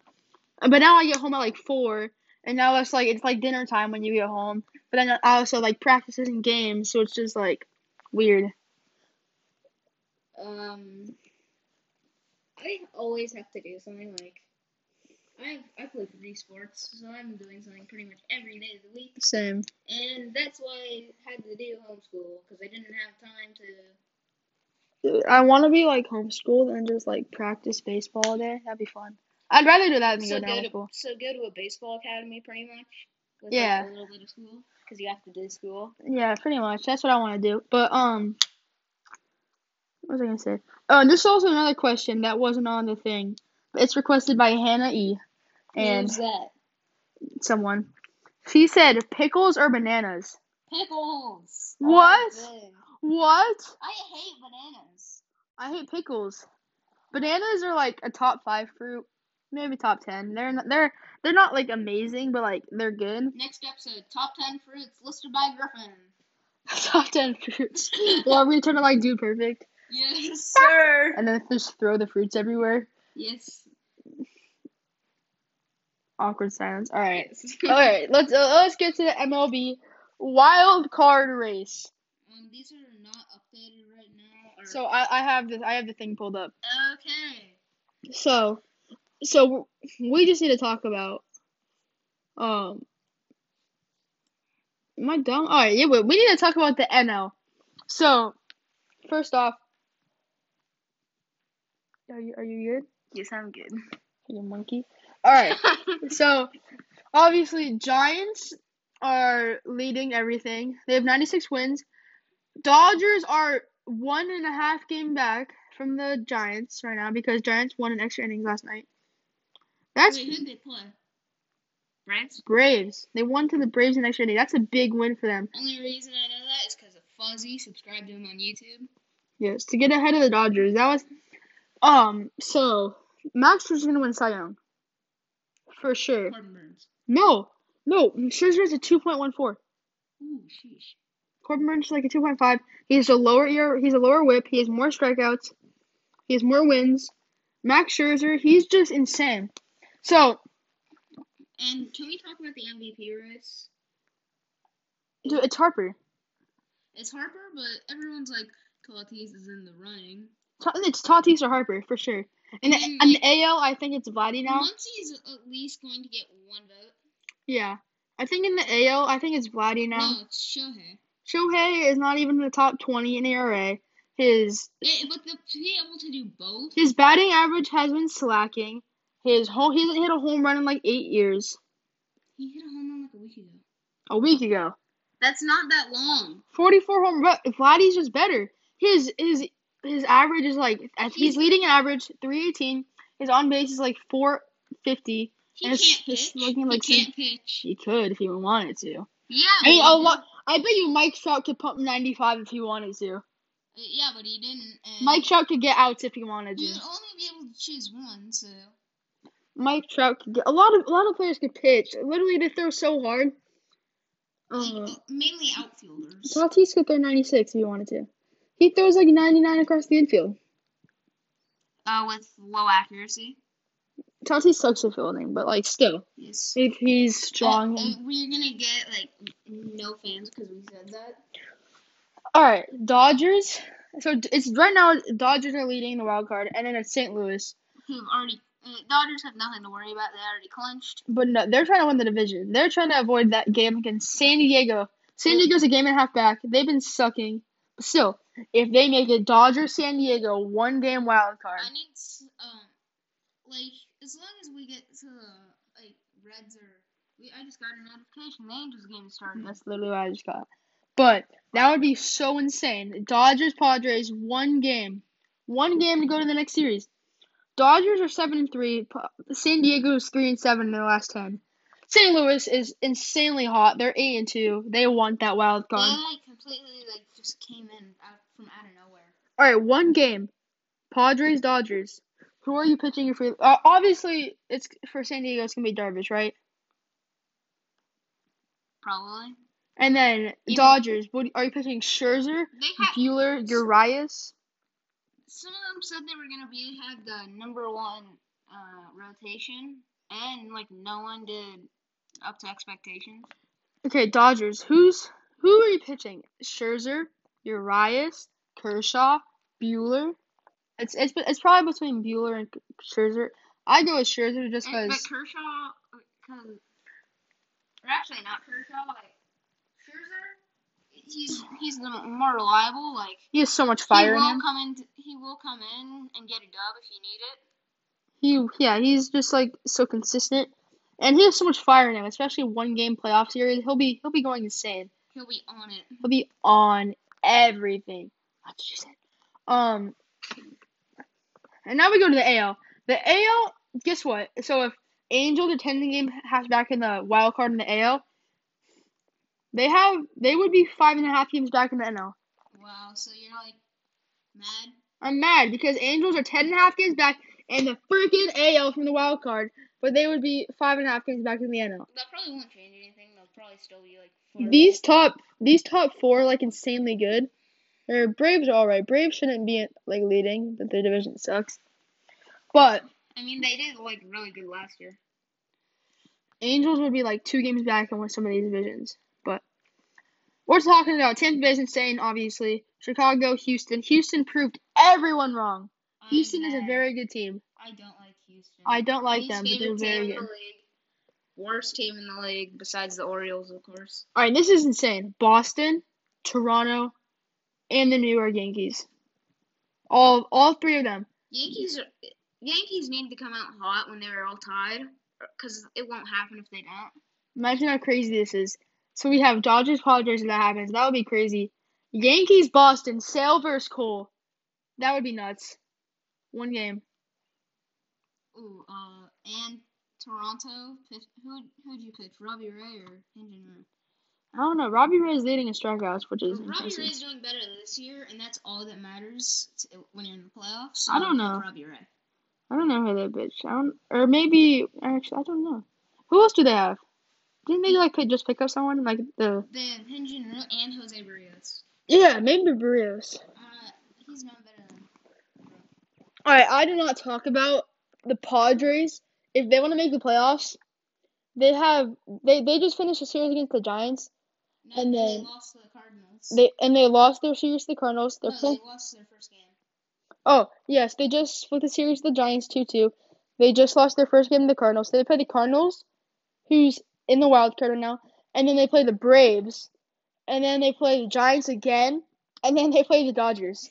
Speaker 1: Uh, But now I get home at like four, and now it's like it's like dinner time when you get home. But then I also like practices and games, so it's just like weird.
Speaker 2: Um, I always have to do something like I I play three sports, so I'm doing something pretty much every day of the week,
Speaker 1: Same.
Speaker 2: and that's why I had to do homeschool because I didn't have time to.
Speaker 1: I want to be like homeschooled and just like practice baseball all day. That'd be fun. I'd rather do that than
Speaker 2: So
Speaker 1: go down
Speaker 2: go
Speaker 1: to
Speaker 2: to
Speaker 1: school.
Speaker 2: so go to a baseball academy, pretty much. With like,
Speaker 1: Yeah.
Speaker 2: a little bit of school because you have to do school.
Speaker 1: Yeah, pretty much. That's what I want to do. But um, what was I gonna say? Oh, and this is also another question that wasn't on the thing. It's requested by Hannah E. and
Speaker 2: Who's that?
Speaker 1: someone. She said pickles or bananas.
Speaker 2: Pickles. are
Speaker 1: What?
Speaker 2: good.
Speaker 1: What?
Speaker 2: I hate bananas.
Speaker 1: I hate pickles. Bananas are like a top five fruit, maybe top ten. They're not, they're they're not like amazing, but like they're good.
Speaker 2: Next episode, top ten fruits listed by Griffin.
Speaker 1: top ten fruits. Well, are we trying to like do perfect
Speaker 2: Yes, sir.
Speaker 1: and then just throw the fruits everywhere?
Speaker 2: Yes.
Speaker 1: Awkward silence. All right.
Speaker 2: Yes.
Speaker 1: All right, let's uh, let's get to the MLB wild card race.
Speaker 2: Um, these are not updated right now. or-
Speaker 1: So I, I have the I have the thing pulled up.
Speaker 2: okay.
Speaker 1: So so we just need to talk about um am I dumb? All right, yeah, wait, we need to talk about the NL. So first off, are you are you good?
Speaker 2: Yes, I'm good.
Speaker 1: You monkey. All right. So, obviously, Giants are leading everything. They have 96 wins. Dodgers are one and a half game back from the Giants right now because Giants won an extra innings last night. That's
Speaker 2: Wait, who they play? Reds.
Speaker 1: Braves. They won to the Braves in extra inning. That's a big win for them.
Speaker 2: Only reason I know that is because of Fuzzy. Subscribe to him on YouTube.
Speaker 1: Yes, to get ahead of the Dodgers. That was um. So Max is gonna win Cy Young for sure.
Speaker 2: Corbin Burns.
Speaker 1: No, no. Scherzer's a 2.14.
Speaker 2: Ooh, sheesh.
Speaker 1: Corbin Burns is like a 2.5. He has a lower ear. He's a lower WHIP. He has more strikeouts. He has more wins. Max Scherzer, he's just insane. So,
Speaker 2: And can we talk about the MVP race?
Speaker 1: dude, it's Harper.
Speaker 2: It's Harper, but everyone's like, Tatis is in the running.
Speaker 1: Ta- It's Tatis or Harper for sure. And the, and the AL, I think it's Vladdy now.
Speaker 2: Muncy is at least going to get one vote.
Speaker 1: Yeah, I think in the AO, I think it's Vladdy now.
Speaker 2: No, it's Shohei.
Speaker 1: Shohei is not even in the top 20 in ERA. His
Speaker 2: Yeah, but the, to be able to do both,
Speaker 1: his batting average has been slacking. His home, he hasn't hit a home run in like eight years.
Speaker 2: he hit a home run like a week ago.
Speaker 1: A week ago,
Speaker 2: That's not that long.
Speaker 1: 44 home run. Vladdy's just better. His his his average is like he's leading an average 318. His on base is like 450.
Speaker 2: He
Speaker 1: And it's-
Speaker 2: can't
Speaker 1: it's
Speaker 2: pitch.
Speaker 1: looking
Speaker 2: he oh,
Speaker 1: like some-
Speaker 2: can't pitch.
Speaker 1: He could if he wanted to.
Speaker 2: Yeah,
Speaker 1: I mean,
Speaker 2: but
Speaker 1: a
Speaker 2: he Uh,
Speaker 1: lot. oh, I bet you Mike Trout could pump 95 if he wanted to.
Speaker 2: didn't- Yeah, but he didn't. And
Speaker 1: Mike Trout could get outs if he wanted
Speaker 2: You
Speaker 1: to.
Speaker 2: would only be able to choose one, so
Speaker 1: Mike Trout could get a lot of a lot of players could pitch. Literally, they throw so hard. Uh,
Speaker 2: like, mainly outfielders.
Speaker 1: Tatis could throw 96 if he wanted to. He throws like 99 across the infield.
Speaker 2: Uh, with low accuracy.
Speaker 1: Tatis sucks at fielding, but like still,
Speaker 2: Yes.
Speaker 1: if he's strong.
Speaker 2: Uh, and we're gonna get like no fans because we said that.
Speaker 1: All right, Dodgers. So d- it's right now. Dodgers are leading the wild card, and then it's St. Louis.
Speaker 2: Who've already uh, Dodgers have nothing to worry about. They already clinched.
Speaker 1: But no, they're trying to win the division. They're trying to avoid that game against San Diego. San
Speaker 2: Mm.
Speaker 1: Diego's a game and a half back. They've been sucking. But still, if they make it Dodgers San Diego one game wild card.
Speaker 2: I need s- um like as long as we get to the like Reds or we, I just got a notification the Angels game started.
Speaker 1: That's literally what I just got. But that would be so insane. Dodgers Padres one game, one game to go to the next series. Dodgers are seven and three. Pa- San Diego is three and seven in their last ten. St. Louis is insanely hot. They're eight and two. They want that wild
Speaker 2: They
Speaker 1: card.
Speaker 2: like completely like just came in out from out of nowhere.
Speaker 1: All right, one game. Padres Dodgers. Who are you pitching your free? Uh, obviously, it's for San Diego. It's gonna be Darvish, right?
Speaker 2: Probably.
Speaker 1: And then
Speaker 2: Yeah.
Speaker 1: Dodgers. What are you pitching? Scherzer,
Speaker 2: They have
Speaker 1: Bueller, Urias.
Speaker 2: some of them said they were gonna be have the number one uh, rotation, and like no one did up to expectations.
Speaker 1: Okay, Dodgers. Who's who are you pitching? Scherzer, Urias, Kershaw, Bueller. It's it's it's probably between Bueller and Scherzer. I go with Scherzer just
Speaker 2: And, but
Speaker 1: because.
Speaker 2: Kershaw, cause, or actually not Kershaw, like Scherzer, he's he's the more reliable. Like
Speaker 1: He has so much fire in
Speaker 2: he will
Speaker 1: him.
Speaker 2: come in. He will come in and get a dub if you need it.
Speaker 1: He yeah, he's just like so consistent, and he has so much fire in him. Especially one game playoff series, he'll be he'll be going insane.
Speaker 2: He'll be on it.
Speaker 1: He'll be on everything. That's what she said. Um, and now we go to the AL. The AL, guess what? So if Angels are ten game half back in the wild card in the AL, they have they would be five and a half games back in the NL.
Speaker 2: Wow. So you're like mad.
Speaker 1: I'm mad because Angels are ten and a half games back in the freaking AL from the wild card, but they would be five and a half games back in the NL.
Speaker 2: That probably won't change anything. They'll probably still be like far
Speaker 1: These top these top four are like insanely good. Their Braves are alright. Braves shouldn't be like leading, but their division sucks. But
Speaker 2: I mean, they did like really good last year.
Speaker 1: Angels would be like two games back and win some of these divisions. But we're talking about Tampa Bay's insane, obviously. Chicago, Houston. Houston proved everyone wrong. Houston is a
Speaker 2: I'm
Speaker 1: very good team.
Speaker 2: mad. Um, I don't like Houston.
Speaker 1: I don't like
Speaker 2: Least
Speaker 1: them, but they're
Speaker 2: favorite
Speaker 1: very
Speaker 2: team in
Speaker 1: good.
Speaker 2: the league. Worst team in the league besides the Orioles, of course.
Speaker 1: All right, this is insane. Boston, Toronto, and the New York Yankees. All all three of them.
Speaker 2: Yankees are, Yankees need to come out hot when they're all tied because it won't happen if they don't.
Speaker 1: Imagine how crazy this is. So we have Dodgers, Padres, if that happens. That would be crazy. Yankees, Boston, Sale versus Cole. That would be nuts. One game.
Speaker 2: Ooh, uh, and Toronto. Pitch, who who'd you pitch, Robbie Ray or Hinton Roo?
Speaker 1: I don't know. Robbie Ray is leading in strikeouts, which is
Speaker 2: Robbie
Speaker 1: impressive.
Speaker 2: Ray's doing better this year, and that's all that matters to- when you're in the playoffs. so
Speaker 1: I don't
Speaker 2: I'll pick
Speaker 1: know.
Speaker 2: Robbie Ray.
Speaker 1: I don't know who they bitch. I don't, or maybe actually I don't know. Who else do they have? Didn't they like pick, just pick up someone like the?
Speaker 2: Then Hinton Roo and Jose Barrios.
Speaker 1: Yeah, maybe Barrios.
Speaker 2: Uh, he's not better than.
Speaker 1: All right, I do not talk about the Padres. If they want to make the playoffs, they have they they just finished a series against the Giants.
Speaker 2: No,
Speaker 1: And
Speaker 2: they
Speaker 1: then-
Speaker 2: lost to the Cardinals.
Speaker 1: They and they lost their series to the Cardinals. They're
Speaker 2: no,
Speaker 1: playing.
Speaker 2: they lost their first game.
Speaker 1: Oh, yes, they just split the series with the Giants 2-2. They just lost their first game to the Cardinals. So they play the Cardinals, who's in the wild card right now, and then they play the Braves, and then they play the Giants again, and then they play the Dodgers.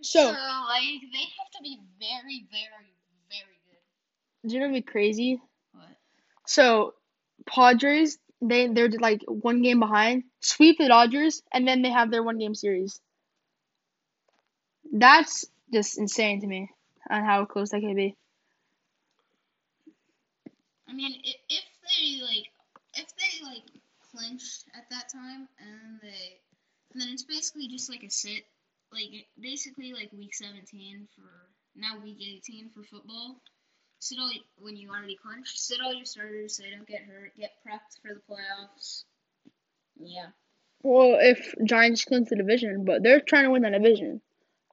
Speaker 2: So
Speaker 1: So,
Speaker 2: like they have to be very, very, very good.
Speaker 1: do you know what'd be crazy?
Speaker 2: What?
Speaker 1: So, Padres, they they're like one game behind, sweep the Dodgers, and then they have their one game series. That's just insane to me on how close that can be.
Speaker 2: I mean, if, if they like, if they like clinched at that time, and they, then it's basically just like a sit, like basically like week seventeen for now week eighteen for football. Sit all when you already clinched. Sit all your starters so you don't get hurt. Get prepped for the playoffs. Yeah.
Speaker 1: Well, if Giants clinch the division, but they're trying to win that division.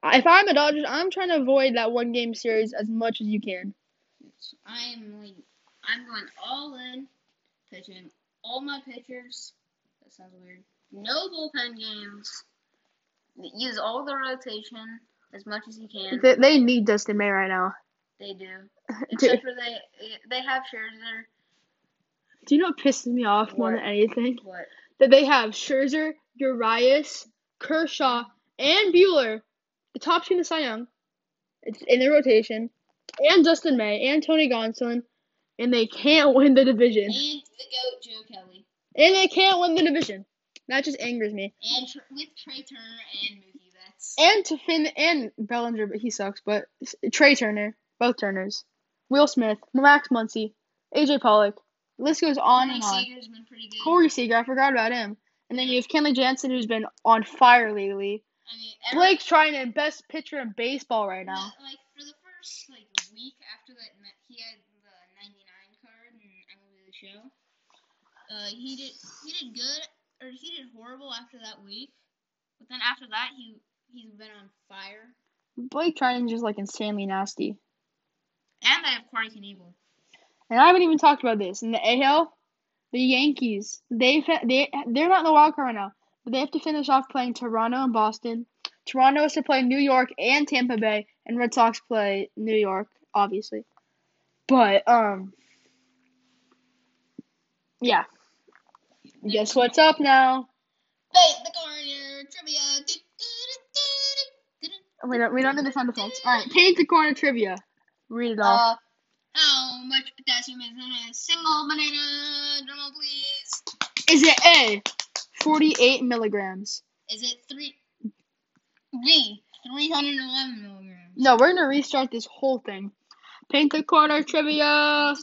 Speaker 1: If I'm a Dodgers, I'm trying to avoid that one game series as much as you can.
Speaker 2: I'm like, I'm going all in, pitching all my pitchers. That sounds weird. No bullpen games. Use all the rotation as much as you can.
Speaker 1: They, they need Dustin May right now.
Speaker 2: They do, except for they they have Scherzer.
Speaker 1: Do you know what pisses me off more than
Speaker 2: What?
Speaker 1: anything?
Speaker 2: What?
Speaker 1: That they have Scherzer, Urias, Kershaw, and Bueller, the top team in the Cy Young, it's in their rotation, and Justin May, and Tony Gonsolin, and they can't win the division.
Speaker 2: And the goat Joe Kelly,
Speaker 1: And they can't win the division. That just angers me.
Speaker 2: and tr- with Trey Turner and Mookie Betts.
Speaker 1: And to Finn and Bellinger, but he sucks. But Trey Turner, both Turners, Will Smith, Max Muncy, AJ Pollock. List goes on and on.
Speaker 2: has been pretty good.
Speaker 1: Corey Seager, I forgot about him. And then you have Kenley Jansen, who's been on fire lately.
Speaker 2: I mean, every-
Speaker 1: Blake's trying to best pitcher in baseball right now.
Speaker 2: Well, Like for the first like week after that, ma- he had the ninety nine card and MLB the show. Uh, he did he did good or he did horrible after that week, but then after that he he's been on fire.
Speaker 1: Blake Trinan's just like insanely nasty.
Speaker 2: And they have Corey Knievel.
Speaker 1: And I haven't even talked about this. In the AL, the Yankees, they fa- they they're not in the wild card right now, but they have to finish off playing Toronto and Boston. Toronto is to play New York and Tampa Bay, and Red Sox play New York, obviously. But um, yeah. Guess what's up now?
Speaker 2: Fate the corner trivia. Do, do, do, do, do, do.
Speaker 1: We don't we don't do the sound effects. All right, paint the corner trivia. Read it off.
Speaker 2: Uh, how much potassium is in a single banana? Drum roll, please.
Speaker 1: is it A, forty-eight milligrams?
Speaker 2: Is it three? B. Three hundred eleven milligrams.
Speaker 1: No, we're gonna restart this whole thing. Paint the corner trivia. All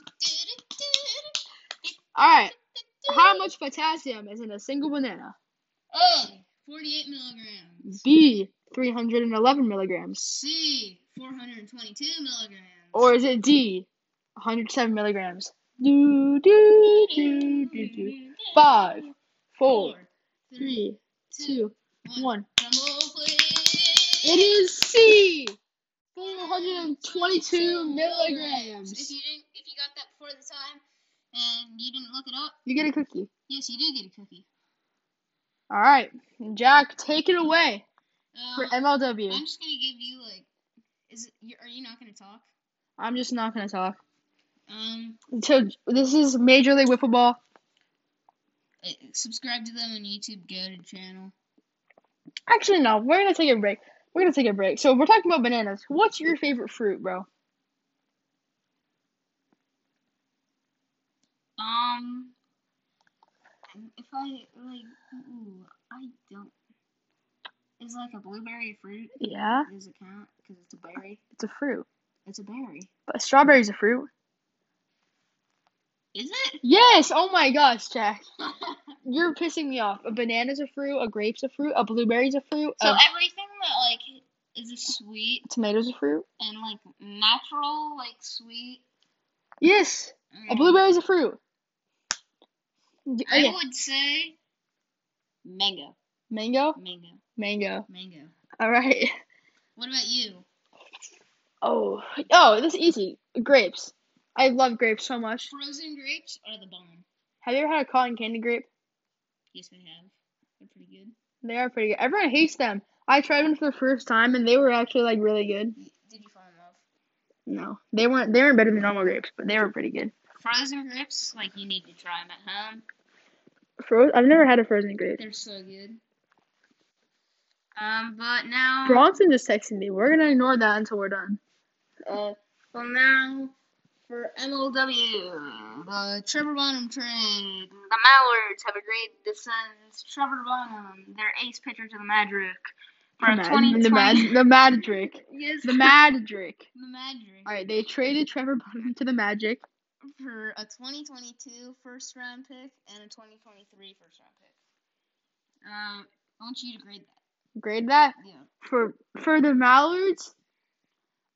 Speaker 1: right. How much potassium is in a single banana?
Speaker 2: A. 48 milligrams.
Speaker 1: B, 311 milligrams.
Speaker 2: C. 422 milligrams.
Speaker 1: Or is it D, 107 milligrams? Do, do, do, do, do. Five, four, three, two, one.
Speaker 2: Jumbo, please.
Speaker 1: It is C,
Speaker 2: Two
Speaker 1: 422
Speaker 2: If
Speaker 1: milligrams.
Speaker 2: you didn't, if you got that before the time and you didn't look it up,
Speaker 1: You get a cookie.
Speaker 2: yes, you do get a cookie.
Speaker 1: All right. Jack, take it away for
Speaker 2: Uh,
Speaker 1: MLW.
Speaker 2: I'm just gonna give you like, is it, you- are you not gonna talk?
Speaker 1: I'm just not going to talk.
Speaker 2: Um,
Speaker 1: So this is Major League Wiffle Ball.
Speaker 2: uh, subscribe to them on YouTube. Go to channel.
Speaker 1: Actually, no. We're gonna take a break. We're gonna take a break. So we're talking about bananas. What's your favorite fruit, bro?
Speaker 2: Um, if I like, ooh, I don't. Is like a blueberry a fruit?
Speaker 1: Yeah,
Speaker 2: Does it count? Because it's a berry.
Speaker 1: it's a fruit.
Speaker 2: It's a berry.
Speaker 1: But strawberry's a fruit.
Speaker 2: Is it?
Speaker 1: Yes. Oh my gosh, Jack,
Speaker 2: so
Speaker 1: you're pissing me off. A banana's a fruit. A grape's a fruit. A blueberry's a fruit. a
Speaker 2: everything that like is a sweet
Speaker 1: tomato's a fruit.
Speaker 2: and like natural, like sweet.
Speaker 1: Yes. A
Speaker 2: mm,
Speaker 1: blueberry's a fruit. Oh, Y-
Speaker 2: I
Speaker 1: Okay.
Speaker 2: would say mango,
Speaker 1: Mango.
Speaker 2: mango,
Speaker 1: Mango.
Speaker 2: mango.
Speaker 1: All right.
Speaker 2: What about you?
Speaker 1: Oh. Oh, this is easy. Grapes. I love grapes so much.
Speaker 2: Frozen grapes are the bomb.
Speaker 1: Have you ever had a cotton candy grape?
Speaker 2: Yes, I have. They're pretty good.
Speaker 1: They are pretty good. Everyone hates them. I tried them for the first time and they were actually like really good.
Speaker 2: Y- Did you fall in love?
Speaker 1: No, they weren't. They weren't better than normal grapes, but they were pretty good.
Speaker 2: Frozen grapes, like you need to try them at home.
Speaker 1: Frozen. I've never had a frozen grape.
Speaker 2: They're so good. Um, but now.
Speaker 1: Bronson just texted me. We're gonna ignore that until we're done.
Speaker 2: Uh, well, now for MLW, the Trevor Bonham trade. The Mallards have agreed to send Trevor Bonham, their ace pitcher, to the Magic for
Speaker 1: The
Speaker 2: a
Speaker 1: Mad-
Speaker 2: 2020.
Speaker 1: the Mad the Madrick.
Speaker 2: yes,
Speaker 1: The Madrick.
Speaker 2: the Magic
Speaker 1: Alright, they traded Trevor Bonham to the Magic.
Speaker 2: for a 2022 first round pick and a 2023 first round pick. Um, I want you to grade that.
Speaker 1: Grade that.
Speaker 2: Yeah.
Speaker 1: For for the Mallards,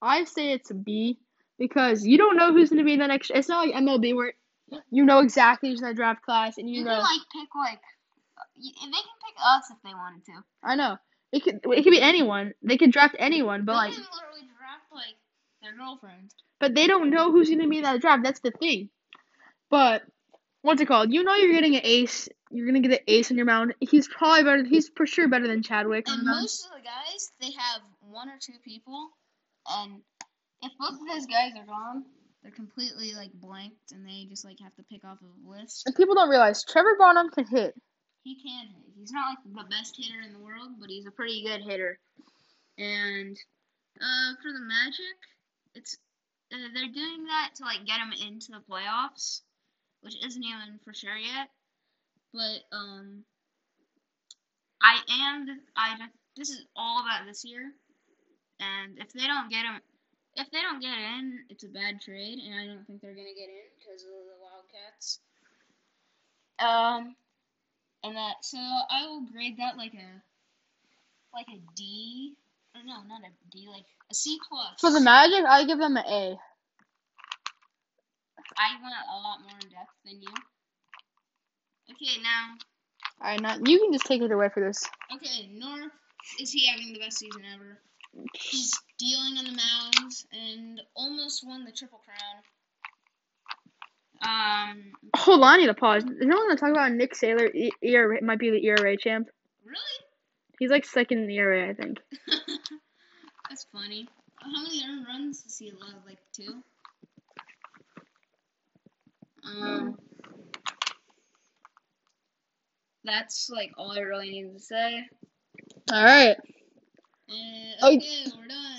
Speaker 1: I say it's a B because you don't know who's gonna be in the next it's not like MLB where you know exactly who's in that draft class and you,
Speaker 2: You
Speaker 1: know
Speaker 2: can like pick like, uh, y- and they can pick us if they wanted to.
Speaker 1: I know. It could it could be anyone. They could draft anyone, but
Speaker 2: they
Speaker 1: like
Speaker 2: can literally draft like their girlfriend.
Speaker 1: but they don't know who's gonna be in that draft. That's the thing. But what's it called? You know you're getting an ace. You're gonna get an ace on your mound. He's probably better. He's for sure better than Chadwick. on
Speaker 2: And
Speaker 1: the mound.
Speaker 2: most of the guys, they have one or two people, and if both of those guys are gone, they're completely like blanked, and they just like have to pick off a list.
Speaker 1: And people don't realize Trevor Bonham can hit.
Speaker 2: He can hit. He's not like the best hitter in the world, but he's a pretty good hitter. And uh, for the Magic, it's uh, they're doing that to like get him into the playoffs, which isn't even for sure yet. But um, I am I this is all about this year, and if they don't get him, if they don't get in, it's a bad trade, and I don't think they're gonna get in because of the Wildcats. Um, and that so I will grade that like a like a D. Or no, not a D, like a C plus.
Speaker 1: For the Magic, I give them an A.
Speaker 2: I went a lot more in depth than you. Okay, now,
Speaker 1: All right, now you can just take it away for this.
Speaker 2: okay, North is he having the best season ever? He's dealing on the mound and almost won the triple crown. Um,
Speaker 1: Hold on, I need to pause. Is anyone gonna talk about Nick Saylor? E- ERA might be the ERA champ.
Speaker 2: really?
Speaker 1: He's like second in the ERA, I think.
Speaker 2: That's funny. How many earned runs does he allow? Like two. Um, that's like all I really need to say.
Speaker 1: All right.
Speaker 2: Uh,
Speaker 1: Oh,
Speaker 2: okay, we're done.